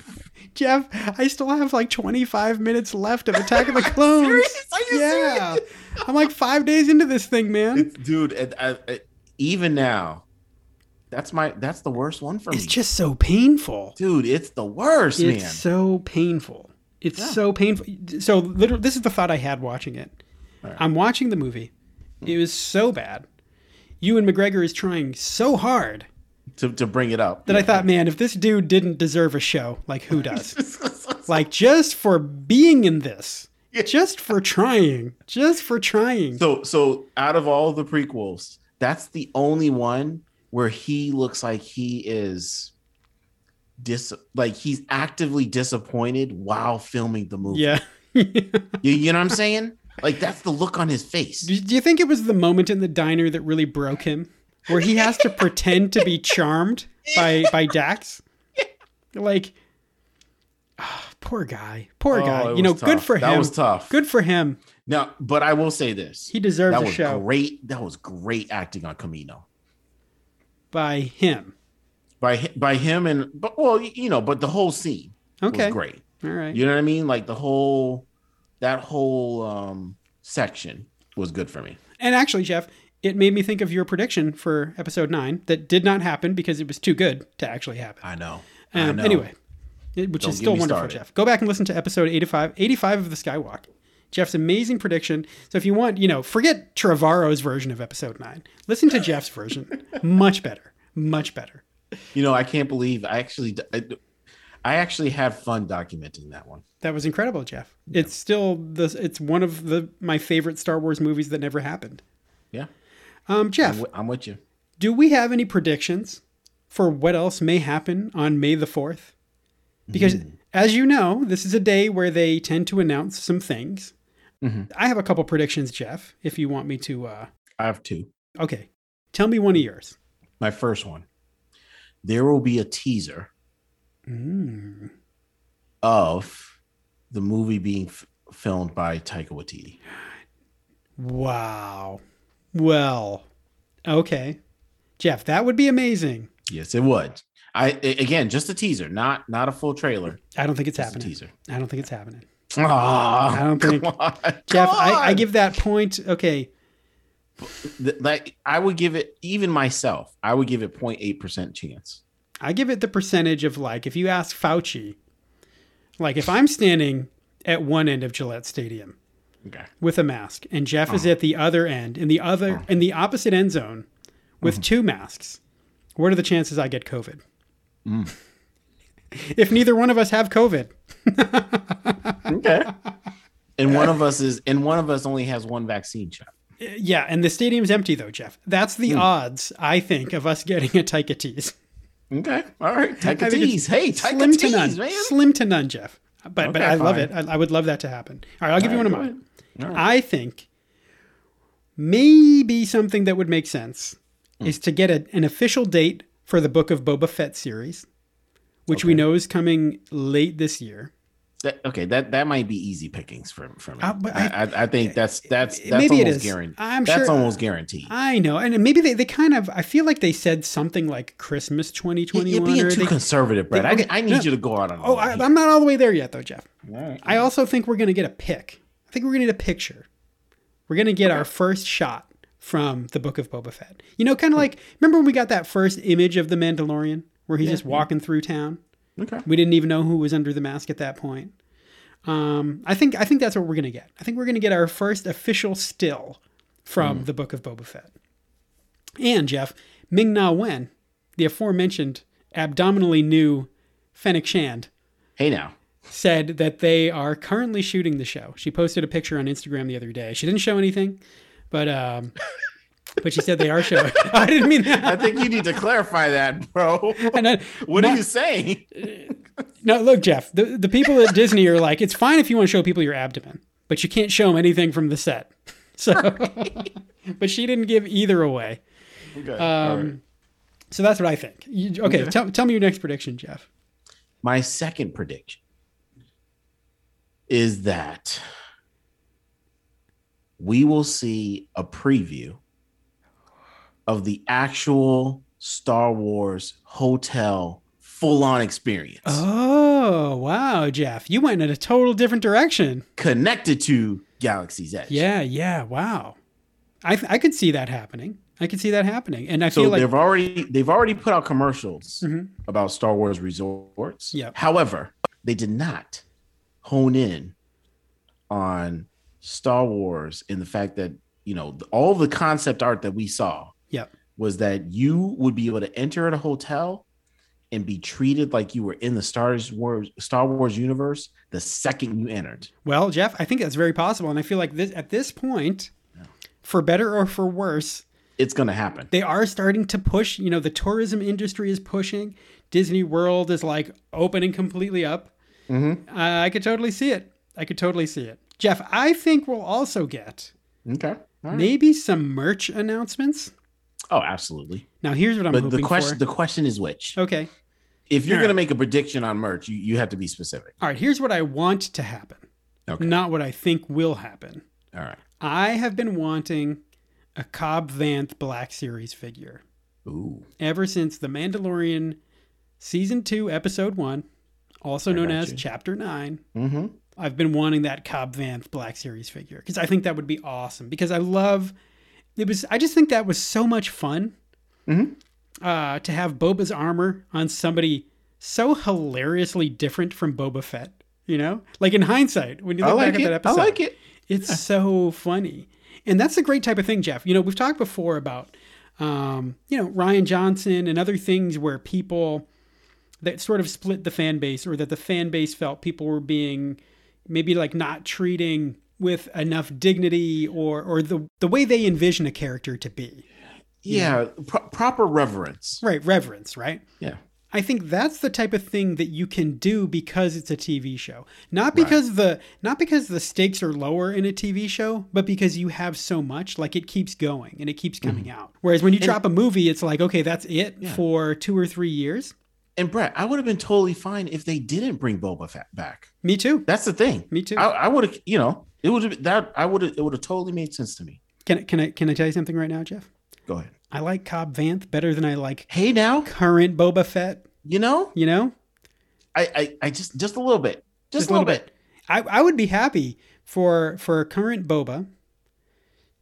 Speaker 1: jeff i still have like 25 minutes left of attack of the clones
Speaker 2: Serious? Are you
Speaker 1: yeah i'm like five days into this thing man
Speaker 2: dude! and I, I, even now, that's my that's the worst one for me.
Speaker 1: it's just so painful
Speaker 2: dude, it's the worst,
Speaker 1: It's
Speaker 2: man.
Speaker 1: so painful. It's so painful. So literally, this is the thought I had watching it. I'm watching the movie. It
Speaker 2: Hmm.
Speaker 1: was so bad. Ewan McGregor is trying so hard
Speaker 2: to, to bring it up.
Speaker 1: that I thought, man, if this dude didn't deserve a show, like who does? like just for being in this, just for trying, just for trying.
Speaker 2: so so out of all the prequels, that's the only one where he looks like he is dis like he's actively disappointed while filming the movie.
Speaker 1: yeah.
Speaker 2: You, you know what I'm saying? Like that's the look on his face.
Speaker 1: Do do you think it was the moment in the diner that really broke him, where he has to pretend to be charmed by by Dax? Like, ah, poor guy, poor
Speaker 2: Oh,
Speaker 1: guy.
Speaker 2: it
Speaker 1: You know,
Speaker 2: was
Speaker 1: good
Speaker 2: tough.
Speaker 1: for him.
Speaker 2: That was tough.
Speaker 1: Good for him.
Speaker 2: Now, but I will say this.
Speaker 1: He deserves
Speaker 2: that
Speaker 1: a
Speaker 2: was
Speaker 1: show
Speaker 2: great. That was great acting on Camino.
Speaker 1: by him.
Speaker 2: By hi- by him and but well, you know, but the whole scene
Speaker 1: Okay,
Speaker 2: was great.
Speaker 1: all right.
Speaker 2: You know what I mean? Like the whole that whole um section was good for me.
Speaker 1: And actually, Jeff, it made me think of your prediction for episode nine that did not happen because it was too good to actually happen.
Speaker 2: I know. I
Speaker 1: Um,
Speaker 2: know.
Speaker 1: anyway, it- which
Speaker 2: Don't
Speaker 1: is
Speaker 2: get
Speaker 1: still
Speaker 2: me
Speaker 1: wonderful,
Speaker 2: started.
Speaker 1: Jeff. Go back and listen to episode 85, 85 of The Skywalk. Jeff's amazing prediction. So if you want, you know, forget Trevorrow's version of episode 9. Listen to Jeff's version. Much better. Much better.
Speaker 2: you know, I can't believe I actually I, I actually had fun documenting that one.
Speaker 1: That was incredible, Jeff. It's still the it's one of the my favorite Star Wars movies that never happened.
Speaker 2: Yeah,
Speaker 1: Um, Jeff,
Speaker 2: I'm with you.
Speaker 1: do we have any predictions for what else may happen on May the 4th? Because,
Speaker 2: Mm-hmm.
Speaker 1: as you know, this is a day where they tend to announce some things.
Speaker 2: Mm-hmm.
Speaker 1: I have a couple predictions, Jeff, if you want me to. Uh,
Speaker 2: I have two.
Speaker 1: okay, tell me one of yours.
Speaker 2: My first one. There will be a teaser
Speaker 1: Mm.
Speaker 2: of the movie being f- filmed by Taika Waititi.
Speaker 1: Wow. Well, okay. Jeff, that would be amazing.
Speaker 2: Yes, it would. I a- again, just a teaser, not not a full trailer.
Speaker 1: I don't think it's
Speaker 2: Just a
Speaker 1: happening.
Speaker 2: teaser.
Speaker 1: I don't think it's happening.
Speaker 2: Ah,
Speaker 1: I don't think-
Speaker 2: come on,
Speaker 1: Jeff,
Speaker 2: come
Speaker 1: I, I
Speaker 2: on.
Speaker 1: give that point. Okay.
Speaker 2: Th- like I would give it even myself. I would give it 0.8 percent chance.
Speaker 1: I give it the percentage of like if you ask Fauci, like if I'm standing at one end of Gillette Stadium
Speaker 2: Okay.
Speaker 1: with a mask and Jeff is at the other end in the other in the opposite end zone with two masks, what are the chances I get COVID? if neither one of us have COVID,
Speaker 2: Okay. and one of us is and one of us only has one vaccine shot.
Speaker 1: Uh, yeah, and the stadium's empty though, Jeff. That's the odds I think of us getting a Taika tease.
Speaker 2: Okay. All right. Take
Speaker 1: I
Speaker 2: a
Speaker 1: think it's
Speaker 2: tease. Hey, take a
Speaker 1: Slim to
Speaker 2: tease,
Speaker 1: none,
Speaker 2: man.
Speaker 1: slim to none, Jeff. But but
Speaker 2: Okay,
Speaker 1: I love
Speaker 2: fine.
Speaker 1: it. I, I would love that to happen. All right, I'll give you
Speaker 2: All
Speaker 1: one of
Speaker 2: right,
Speaker 1: mine.
Speaker 2: go ahead. All
Speaker 1: I think Maybe something that would make sense
Speaker 2: Hmm.
Speaker 1: is to get a, an official date for the Book of Boba Fett series, which we
Speaker 2: Okay.
Speaker 1: know is coming late this year.
Speaker 2: That, okay, that that might be easy pickings for for me.
Speaker 1: Uh, but
Speaker 2: I,
Speaker 1: I-
Speaker 2: I, I think that's that's that's
Speaker 1: Maybe it
Speaker 2: almost
Speaker 1: is.
Speaker 2: guaranteed.
Speaker 1: I'm
Speaker 2: that's
Speaker 1: sure-
Speaker 2: almost guaranteed.
Speaker 1: I know, and maybe they, they kind of. I feel like they said something like Christmas
Speaker 2: You-
Speaker 1: 2021.
Speaker 2: You're being
Speaker 1: or
Speaker 2: too
Speaker 1: they-
Speaker 2: conservative, Brett.
Speaker 1: okay,
Speaker 2: I, I need
Speaker 1: no.
Speaker 2: you to go out on. a
Speaker 1: oh,
Speaker 2: limb
Speaker 1: I,
Speaker 2: here.
Speaker 1: I'm not all the way there yet, though, Jeff.
Speaker 2: All right.
Speaker 1: I also think we're going to get a pick. I think we're going to get a picture. We're going to get our first shot from the Book of Boba Fett. You know, kind of like remember when we got that first image of the Mandalorian where he's just walking through town.
Speaker 2: okay.
Speaker 1: We didn't even know who was under the mask at that point. Um, I think I think that's what we're going to get. I think we're going to get our first official still from the Book of Boba Fett. And Jeff Ming Na Wen, the aforementioned abdominally new Fennec Shand
Speaker 2: Hey now.
Speaker 1: said that they are currently shooting the show. She posted a picture on Instagram the other day. She didn't show anything, but um, but she said they are showing. I didn't mean
Speaker 2: I
Speaker 1: that.
Speaker 2: think you need to clarify that, bro.
Speaker 1: And I-
Speaker 2: What
Speaker 1: not-
Speaker 2: are you saying?
Speaker 1: No, look, Jeff. The the people at Disney are like, it's fine if you want to show people your abdomen, but you can't show them anything from the set. So, but she didn't give either away.
Speaker 2: Okay. all
Speaker 1: Um,
Speaker 2: right.
Speaker 1: So that's what I think. You, okay, tell tell me your next prediction, Jeff.
Speaker 2: My second prediction is that we will see a preview of the actual Star Wars hotel full on experience
Speaker 1: Oh wow, Jeff, you went in a total different direction.
Speaker 2: connected to Galaxy's Edge.
Speaker 1: Yeah, yeah, wow. I th- I could see that happening. I could see that happening, and I
Speaker 2: So
Speaker 1: feel like Mm-hmm.
Speaker 2: they've already they've already put out commercials about Star Wars resorts.
Speaker 1: Yep.
Speaker 2: However, they did not hone in on Star Wars and the fact that you know th- all the concept art that we saw
Speaker 1: Yep.
Speaker 2: was that you would be able to enter at a hotel and be treated like you were in the Star Wars Star Wars universe the second you entered.
Speaker 1: well, Jeff, I think that's very possible, and I feel like this at this point, for better or for worse,
Speaker 2: It's going to happen.
Speaker 1: they are starting to push. You know, the tourism industry is pushing. Disney World is like opening completely up.
Speaker 2: Mm-hmm.
Speaker 1: Uh, I could totally see it. I could totally see it, Jeff. I think we'll also get
Speaker 2: Okay. All right.
Speaker 1: maybe some merch announcements.
Speaker 2: Oh, absolutely.
Speaker 1: Now, here's what I'm
Speaker 2: But
Speaker 1: hoping
Speaker 2: the question
Speaker 1: for.
Speaker 2: the question is which.
Speaker 1: okay,
Speaker 2: If you're
Speaker 1: All right.
Speaker 2: going to make a prediction on merch, you, you have to be specific.
Speaker 1: all right. Here's what I want to happen,
Speaker 2: Okay.
Speaker 1: not what I think will happen.
Speaker 2: All right.
Speaker 1: I have been wanting a Cobb Vanth Black Series figure
Speaker 2: Ooh.
Speaker 1: ever since The Mandalorian Season 2, Episode 1, also
Speaker 2: I
Speaker 1: known
Speaker 2: got
Speaker 1: as
Speaker 2: you.
Speaker 1: Chapter 9.
Speaker 2: Mm-hmm.
Speaker 1: I've been wanting that Cobb Vanth Black Series figure because I think that would be awesome because I love it was I just think that was so much fun
Speaker 2: Mhm.
Speaker 1: uh, to have Boba's armor on somebody so hilariously different from Boba Fett. You know, like in hindsight, when you
Speaker 2: I
Speaker 1: look
Speaker 2: like
Speaker 1: back
Speaker 2: it.
Speaker 1: at that
Speaker 2: I
Speaker 1: episode,
Speaker 2: like it.
Speaker 1: It's so funny. And that's a great type of thing, Jeff. You know, we've talked before about, um, you know, Ryan Johnson and other things where people that sort of split the fan base or that the fan base felt people were being maybe like not treating with enough dignity or or the the way they envision a character to be.
Speaker 2: Yeah. Pro- proper reverence.
Speaker 1: Right, reverence, right?
Speaker 2: Yeah.
Speaker 1: I think that's the type of thing that you can do because it's a TV show. Not because the not because the stakes are lower in a TV show, but because you have so much like it keeps going and it
Speaker 2: Mm-hmm.
Speaker 1: keeps coming out. Whereas when you drop a movie, it's like, okay, that's it for 2 or 3 years.
Speaker 2: And Brett, I would have been totally fine if they didn't bring Boba Fett back.
Speaker 1: Me too.
Speaker 2: That's the thing.
Speaker 1: Me too.
Speaker 2: I, I would have, you know, it would have that. I would have. It would have totally made sense to me.
Speaker 1: Can I- can I can I tell you something right now, Jeff?
Speaker 2: Go ahead.
Speaker 1: I like Cobb Vanth better than I like
Speaker 2: Hey, now
Speaker 1: current Boba Fett,
Speaker 2: you know,
Speaker 1: you know?
Speaker 2: I, I, I just, just a little bit, just, a little, bit.
Speaker 1: I, I would be happy for for current Boba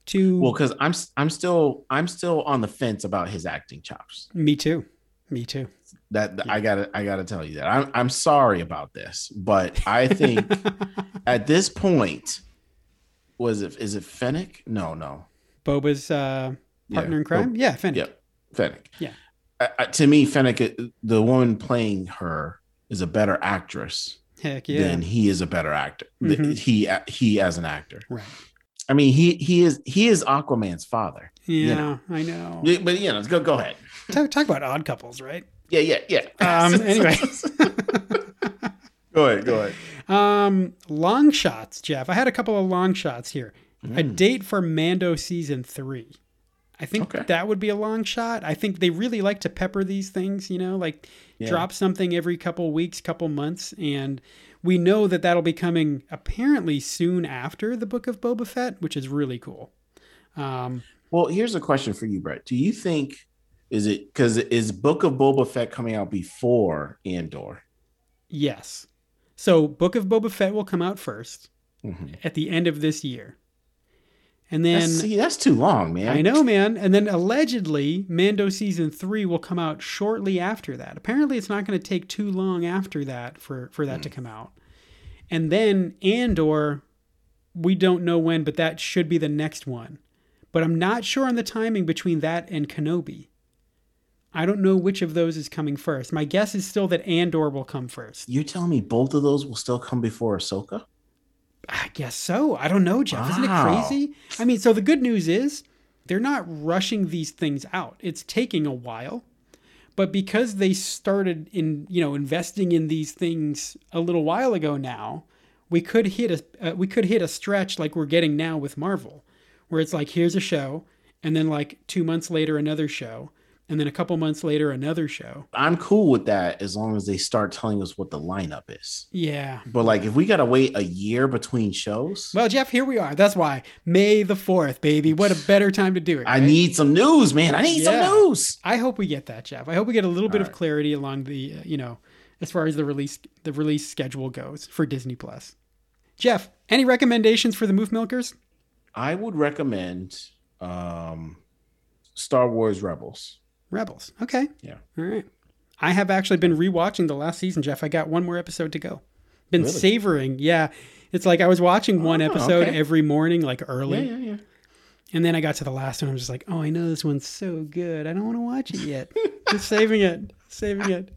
Speaker 1: to
Speaker 2: Well, because I'm, s- I'm still, I'm still on the fence about his acting chops.
Speaker 1: me too. Me too.
Speaker 2: That I gotta, I gotta tell you that. I'm, I'm sorry about this, but I think at this point, was it is it Fennec? No, no.
Speaker 1: Boba's uh, partner
Speaker 2: Yeah.
Speaker 1: in crime. yeah,
Speaker 2: Oh,
Speaker 1: Fennec.
Speaker 2: yep, Fennec.
Speaker 1: Yeah.
Speaker 2: I, I, to me, Fennec, uh, the woman playing her, is a better actress
Speaker 1: Heck yeah.
Speaker 2: than he is a better actor. th-
Speaker 1: Mhm.
Speaker 2: He he as an actor.
Speaker 1: Right.
Speaker 2: I mean, he he is he is Aquaman's father.
Speaker 1: Yeah,
Speaker 2: know.
Speaker 1: I know.
Speaker 2: Yeah, But you know, go go ahead.
Speaker 1: Talk, talk about odd couples, right?
Speaker 2: Yeah, yeah, yeah.
Speaker 1: Um, anyway.
Speaker 2: go ahead, go ahead.
Speaker 1: Um, long shots, Jeff. I had a couple of long shots here. a
Speaker 2: Hmm. Mm-hmm.
Speaker 1: date for Mando season three. I think
Speaker 2: Okay.
Speaker 1: that would be a long shot. I think they really like to pepper these things, you know, like
Speaker 2: Yeah.
Speaker 1: drop something every couple weeks, couple months, and we know that that'll be coming apparently soon after the Book of Boba Fett, which is really cool. Um,
Speaker 2: Well, here's a question for you, Brett. Do you think is it because is Book of Boba Fett coming out before Andor?
Speaker 1: yes, so Book of Boba Fett will come out first
Speaker 2: Mhm.
Speaker 1: at the end of this year, and then
Speaker 2: That's, see, that's too long, man.
Speaker 1: I know, man. And then allegedly, Mando season three will come out shortly after that. Apparently, it's not going to take too long after that for for that to come out. And then Andor, we don't know when, but that should be the next one. But I'm not sure on the timing between that and Kenobi. I don't know which of those is coming first. My guess is still that Andor will come first.
Speaker 2: You're telling me both of those will still come before Ahsoka?
Speaker 1: I guess so. I don't know, Jeff. Isn't
Speaker 2: Wow.
Speaker 1: it crazy? I mean, so the good news is they're not rushing these things out. It's taking a while. But because they started in, you know, investing in these things a little while ago now, we could hit a uh, we could hit a stretch like we're getting now with Marvel, where it's like here's a show and then like 2 months later another show and then a couple months later another show.
Speaker 2: I'm cool with that as long as they start telling us what the lineup is.
Speaker 1: Yeah.
Speaker 2: But like, if we gotta wait a year between shows,
Speaker 1: Well, Jeff, here we are. That's why May the 4th, baby. What a better time to do it.
Speaker 2: I
Speaker 1: right?
Speaker 2: need some news, man. I need
Speaker 1: Yeah.
Speaker 2: some news.
Speaker 1: I hope we get that, Jeff. I hope we get a little bit of
Speaker 2: right.
Speaker 1: clarity along the, uh, you know, as far as the release the release schedule goes for Disney Plus. Jeff, any recommendations for the Moof Milkers?
Speaker 2: I would recommend um, Star Wars Rebels.
Speaker 1: Rebels. Okay.
Speaker 2: Yeah.
Speaker 1: All right. I have actually been rewatching the last season, Jeff. I got one more episode to go. Been
Speaker 2: Really?
Speaker 1: savoring. Yeah. It's like I was watching one
Speaker 2: Oh,
Speaker 1: episode
Speaker 2: okay.
Speaker 1: every morning, like early.
Speaker 2: yeah.
Speaker 1: And then I got to the last one. I'm just like, oh, I know this one's so good. I don't want to watch it yet. just saving it, saving it.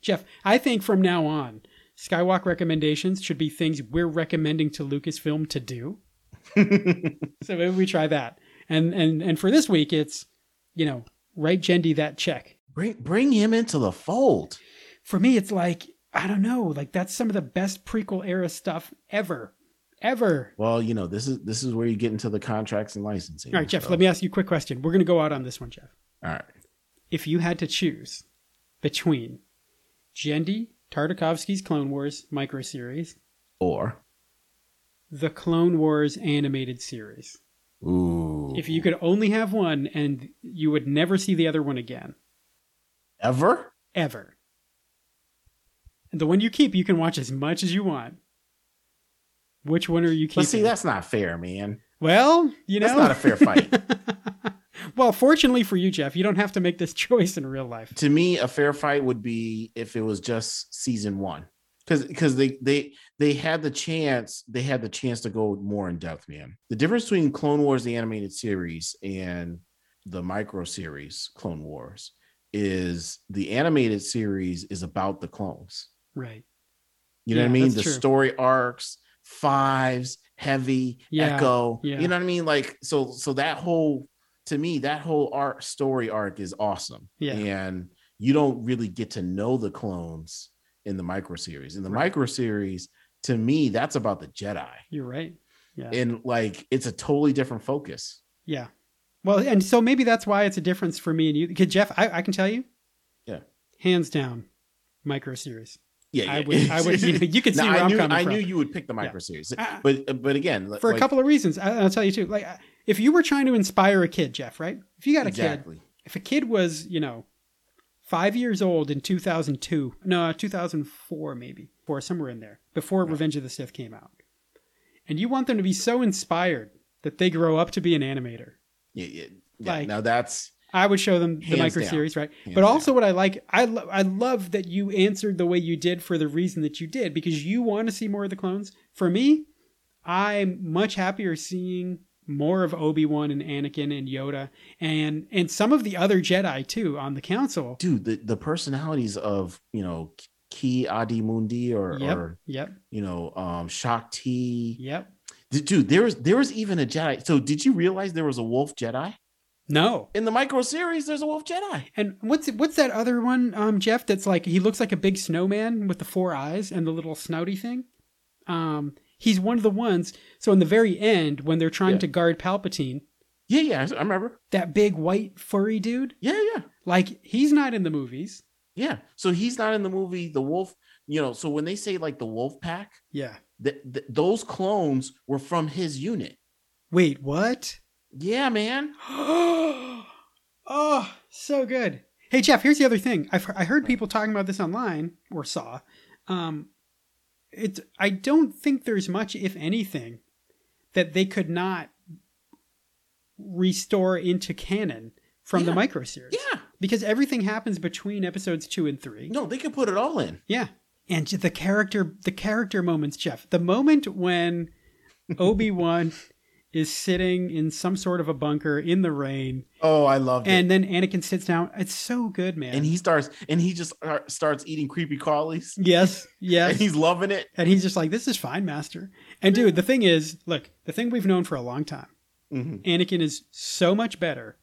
Speaker 1: Jeff, I think from now on, Skywalk recommendations should be things we're recommending to Lucasfilm to do. so maybe we try that. And and and for this week, it's you know write Jendi that check.
Speaker 2: Bring bring him into the fold.
Speaker 1: For me, it's like I don't know, like that's some of the best prequel era stuff ever, ever.
Speaker 2: Well, you know, this is this is where you get into the contracts and licensing.
Speaker 1: All right, Jeff, let me ask you a quick question. We're gonna go out on this one, Jeff.
Speaker 2: All right.
Speaker 1: if you had to choose between Jendi Tartakovsky's Clone Wars micro series,
Speaker 2: Or
Speaker 1: the Clone Wars animated series,
Speaker 2: ooh,
Speaker 1: if you could only have one and you would never see the other one again,
Speaker 2: ever
Speaker 1: ever, and the one you keep, you can watch as much as you want. Which one are you keeping?
Speaker 2: but see, that's not fair, man.
Speaker 1: well, you know,
Speaker 2: That's not a fair fight.
Speaker 1: well, fortunately for you, Jeff, you don't have to make this choice in real life.
Speaker 2: to me, a fair fight would be if it was just season one, because because they they they had the chance they had the chance to go more in depth, man. The difference between Clone Wars the animated series and the micro series Clone Wars is the animated series is about the clones.
Speaker 1: Right.
Speaker 2: You know
Speaker 1: Yeah,
Speaker 2: what I mean?
Speaker 1: that's
Speaker 2: The
Speaker 1: true.
Speaker 2: story arcs, fives, heavy,
Speaker 1: Yeah,
Speaker 2: echo.
Speaker 1: yeah.
Speaker 2: You know what I mean? Like so so that whole to me, that whole art story arc is awesome.
Speaker 1: Yeah.
Speaker 2: And you don't really get to know the clones in the micro series. In the micro series, to me, that's about the Jedi.
Speaker 1: You're right. Yeah.
Speaker 2: And like it's a totally different focus.
Speaker 1: Yeah. Well, and so maybe that's why it's a difference for me and you. Because Jeff, I, I can tell you.
Speaker 2: Yeah.
Speaker 1: Hands down, micro series.
Speaker 2: Yeah.
Speaker 1: I
Speaker 2: yeah.
Speaker 1: would. I would. You, know, you can see
Speaker 2: Now,
Speaker 1: where
Speaker 2: I
Speaker 1: am
Speaker 2: knew,
Speaker 1: coming
Speaker 2: I
Speaker 1: from.
Speaker 2: knew you would pick the micro series.
Speaker 1: Ah.
Speaker 2: But but again,
Speaker 1: for a
Speaker 2: like-
Speaker 1: couple of reasons, I, I'll tell you too. Like, I- if you were trying to inspire a kid, Jeff, right? If you got a kid,
Speaker 2: exactly.
Speaker 1: if a kid was, you know, five years old in 2002, no, 2004 maybe, or somewhere in there, before Revenge of the Sith came out, and you want them to be so inspired that they grow up to be an animator.
Speaker 2: Yeah, yeah, yeah.
Speaker 1: Like-
Speaker 2: now that's
Speaker 1: I would show them the
Speaker 2: Hands
Speaker 1: micro
Speaker 2: down.
Speaker 1: series, right?
Speaker 2: Hands
Speaker 1: but also, what I like, I lo- I love that you answered the way you did for the reason that you did because you want to see more of the clones. For me, I'm much happier seeing more of Obi Wan and Anakin and Yoda and and some of the other Jedi too on the council.
Speaker 2: dude, the, the personalities of you know Ki Adi Mundi or,
Speaker 1: Yep,
Speaker 2: or
Speaker 1: yep,
Speaker 2: you know um Shakti.
Speaker 1: yep.
Speaker 2: D- Dude, there was there was even a Jedi. So did you realize there was a wolf Jedi
Speaker 1: No,
Speaker 2: in the micro series? There's a wolf Jedi.
Speaker 1: and what's what's that other one, um, Jeff? That's like he looks like a big snowman with the four eyes and the little snouty thing. Um, He's one of the ones. So in the very end, when they're trying
Speaker 2: Yeah.
Speaker 1: to guard Palpatine,
Speaker 2: Yeah, yeah, I remember.
Speaker 1: that big white furry dude,
Speaker 2: Yeah, yeah,
Speaker 1: like he's not in the movies.
Speaker 2: yeah. So he's not in the movie. The wolf, you know. So when they say like the wolf pack,
Speaker 1: Yeah.
Speaker 2: th- th- those clones were from his unit.
Speaker 1: Wait, what?
Speaker 2: Yeah, man.
Speaker 1: oh, so good. Hey, Jeff, here's the other thing. I've, I heard people talking about this online or saw. Um, it's, I don't think there's much, if anything, that they could not restore into canon from the
Speaker 2: Yeah.
Speaker 1: micro series
Speaker 2: Yeah.
Speaker 1: because everything happens between episodes two and three.
Speaker 2: No, they could put it all in.
Speaker 1: Yeah. And the character the character moments, Jeff. The moment when Obi-Wan is sitting in some sort of a bunker in the rain
Speaker 2: Oh, I loved
Speaker 1: and then Anakin sits down. It's so good, man.
Speaker 2: And he starts, and he just start- starts eating creepy crawlies,
Speaker 1: yes,
Speaker 2: and
Speaker 1: yes.
Speaker 2: he's loving it.
Speaker 1: and he's just like, this is fine, master. And dude, the thing is, look, the thing we've known for a long time,
Speaker 2: Mhm.
Speaker 1: Anakin is so much better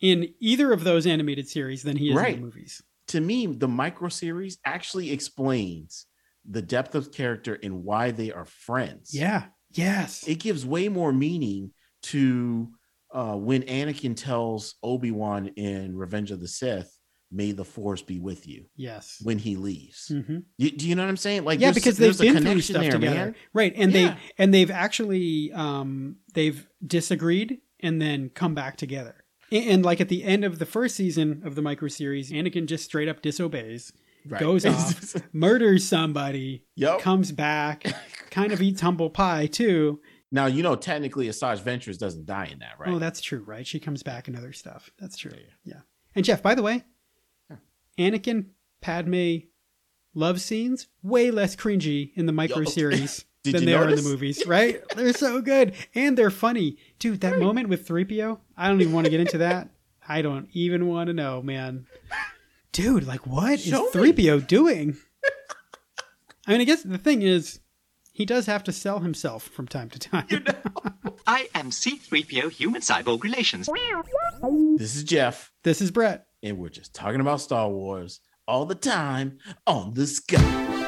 Speaker 1: in either of those animated series than he is in
Speaker 2: Right.
Speaker 1: the movies.
Speaker 2: To me, the micro series actually explains the depth of character and why they are friends.
Speaker 1: Yeah. Yes.
Speaker 2: it gives way more meaning to uh, when Anakin tells Obi Wan in Revenge of the Sith, "May the Force be with you."
Speaker 1: yes.
Speaker 2: When he leaves,
Speaker 1: hmm
Speaker 2: You- do you know what I'm saying? Like,
Speaker 1: yeah,
Speaker 2: there's-
Speaker 1: because they've
Speaker 2: there's a
Speaker 1: been through
Speaker 2: connection
Speaker 1: stuff
Speaker 2: there,
Speaker 1: together,
Speaker 2: man.
Speaker 1: right? And
Speaker 2: Yeah.
Speaker 1: they and they've actually um, they've disagreed and then come back together. A- And, like at the end of the first season of the micro series, Anakin just straight up disobeys,
Speaker 2: Right.
Speaker 1: Goes off. murders somebody,
Speaker 2: yep.
Speaker 1: comes back, kind of eats humble pie too.
Speaker 2: Now you know technically Asajj Ventress doesn't die in that, right?
Speaker 1: Oh, that's true, right? She comes back and other stuff. That's true.
Speaker 2: Yeah, yeah.
Speaker 1: Yeah. And Jeff, by the way,
Speaker 2: Yeah.
Speaker 1: Anakin Padme love scenes way less cringy in the micro series
Speaker 2: Did
Speaker 1: than
Speaker 2: you
Speaker 1: they are in the
Speaker 2: notice?
Speaker 1: movies, right? they're so good and they're funny. Dude, that moment with 3PO, I don't even want to get into that. I don't even want to know, man. Dude, like what is
Speaker 2: Show me.
Speaker 1: 3PO doing? I mean, I guess the thing is he does have to sell himself from time to time.
Speaker 4: I am C3PO Human Cyborg Relations.
Speaker 2: this is Jeff,
Speaker 1: This is Brett.
Speaker 2: and we're just talking about Star Wars all the time on the sky.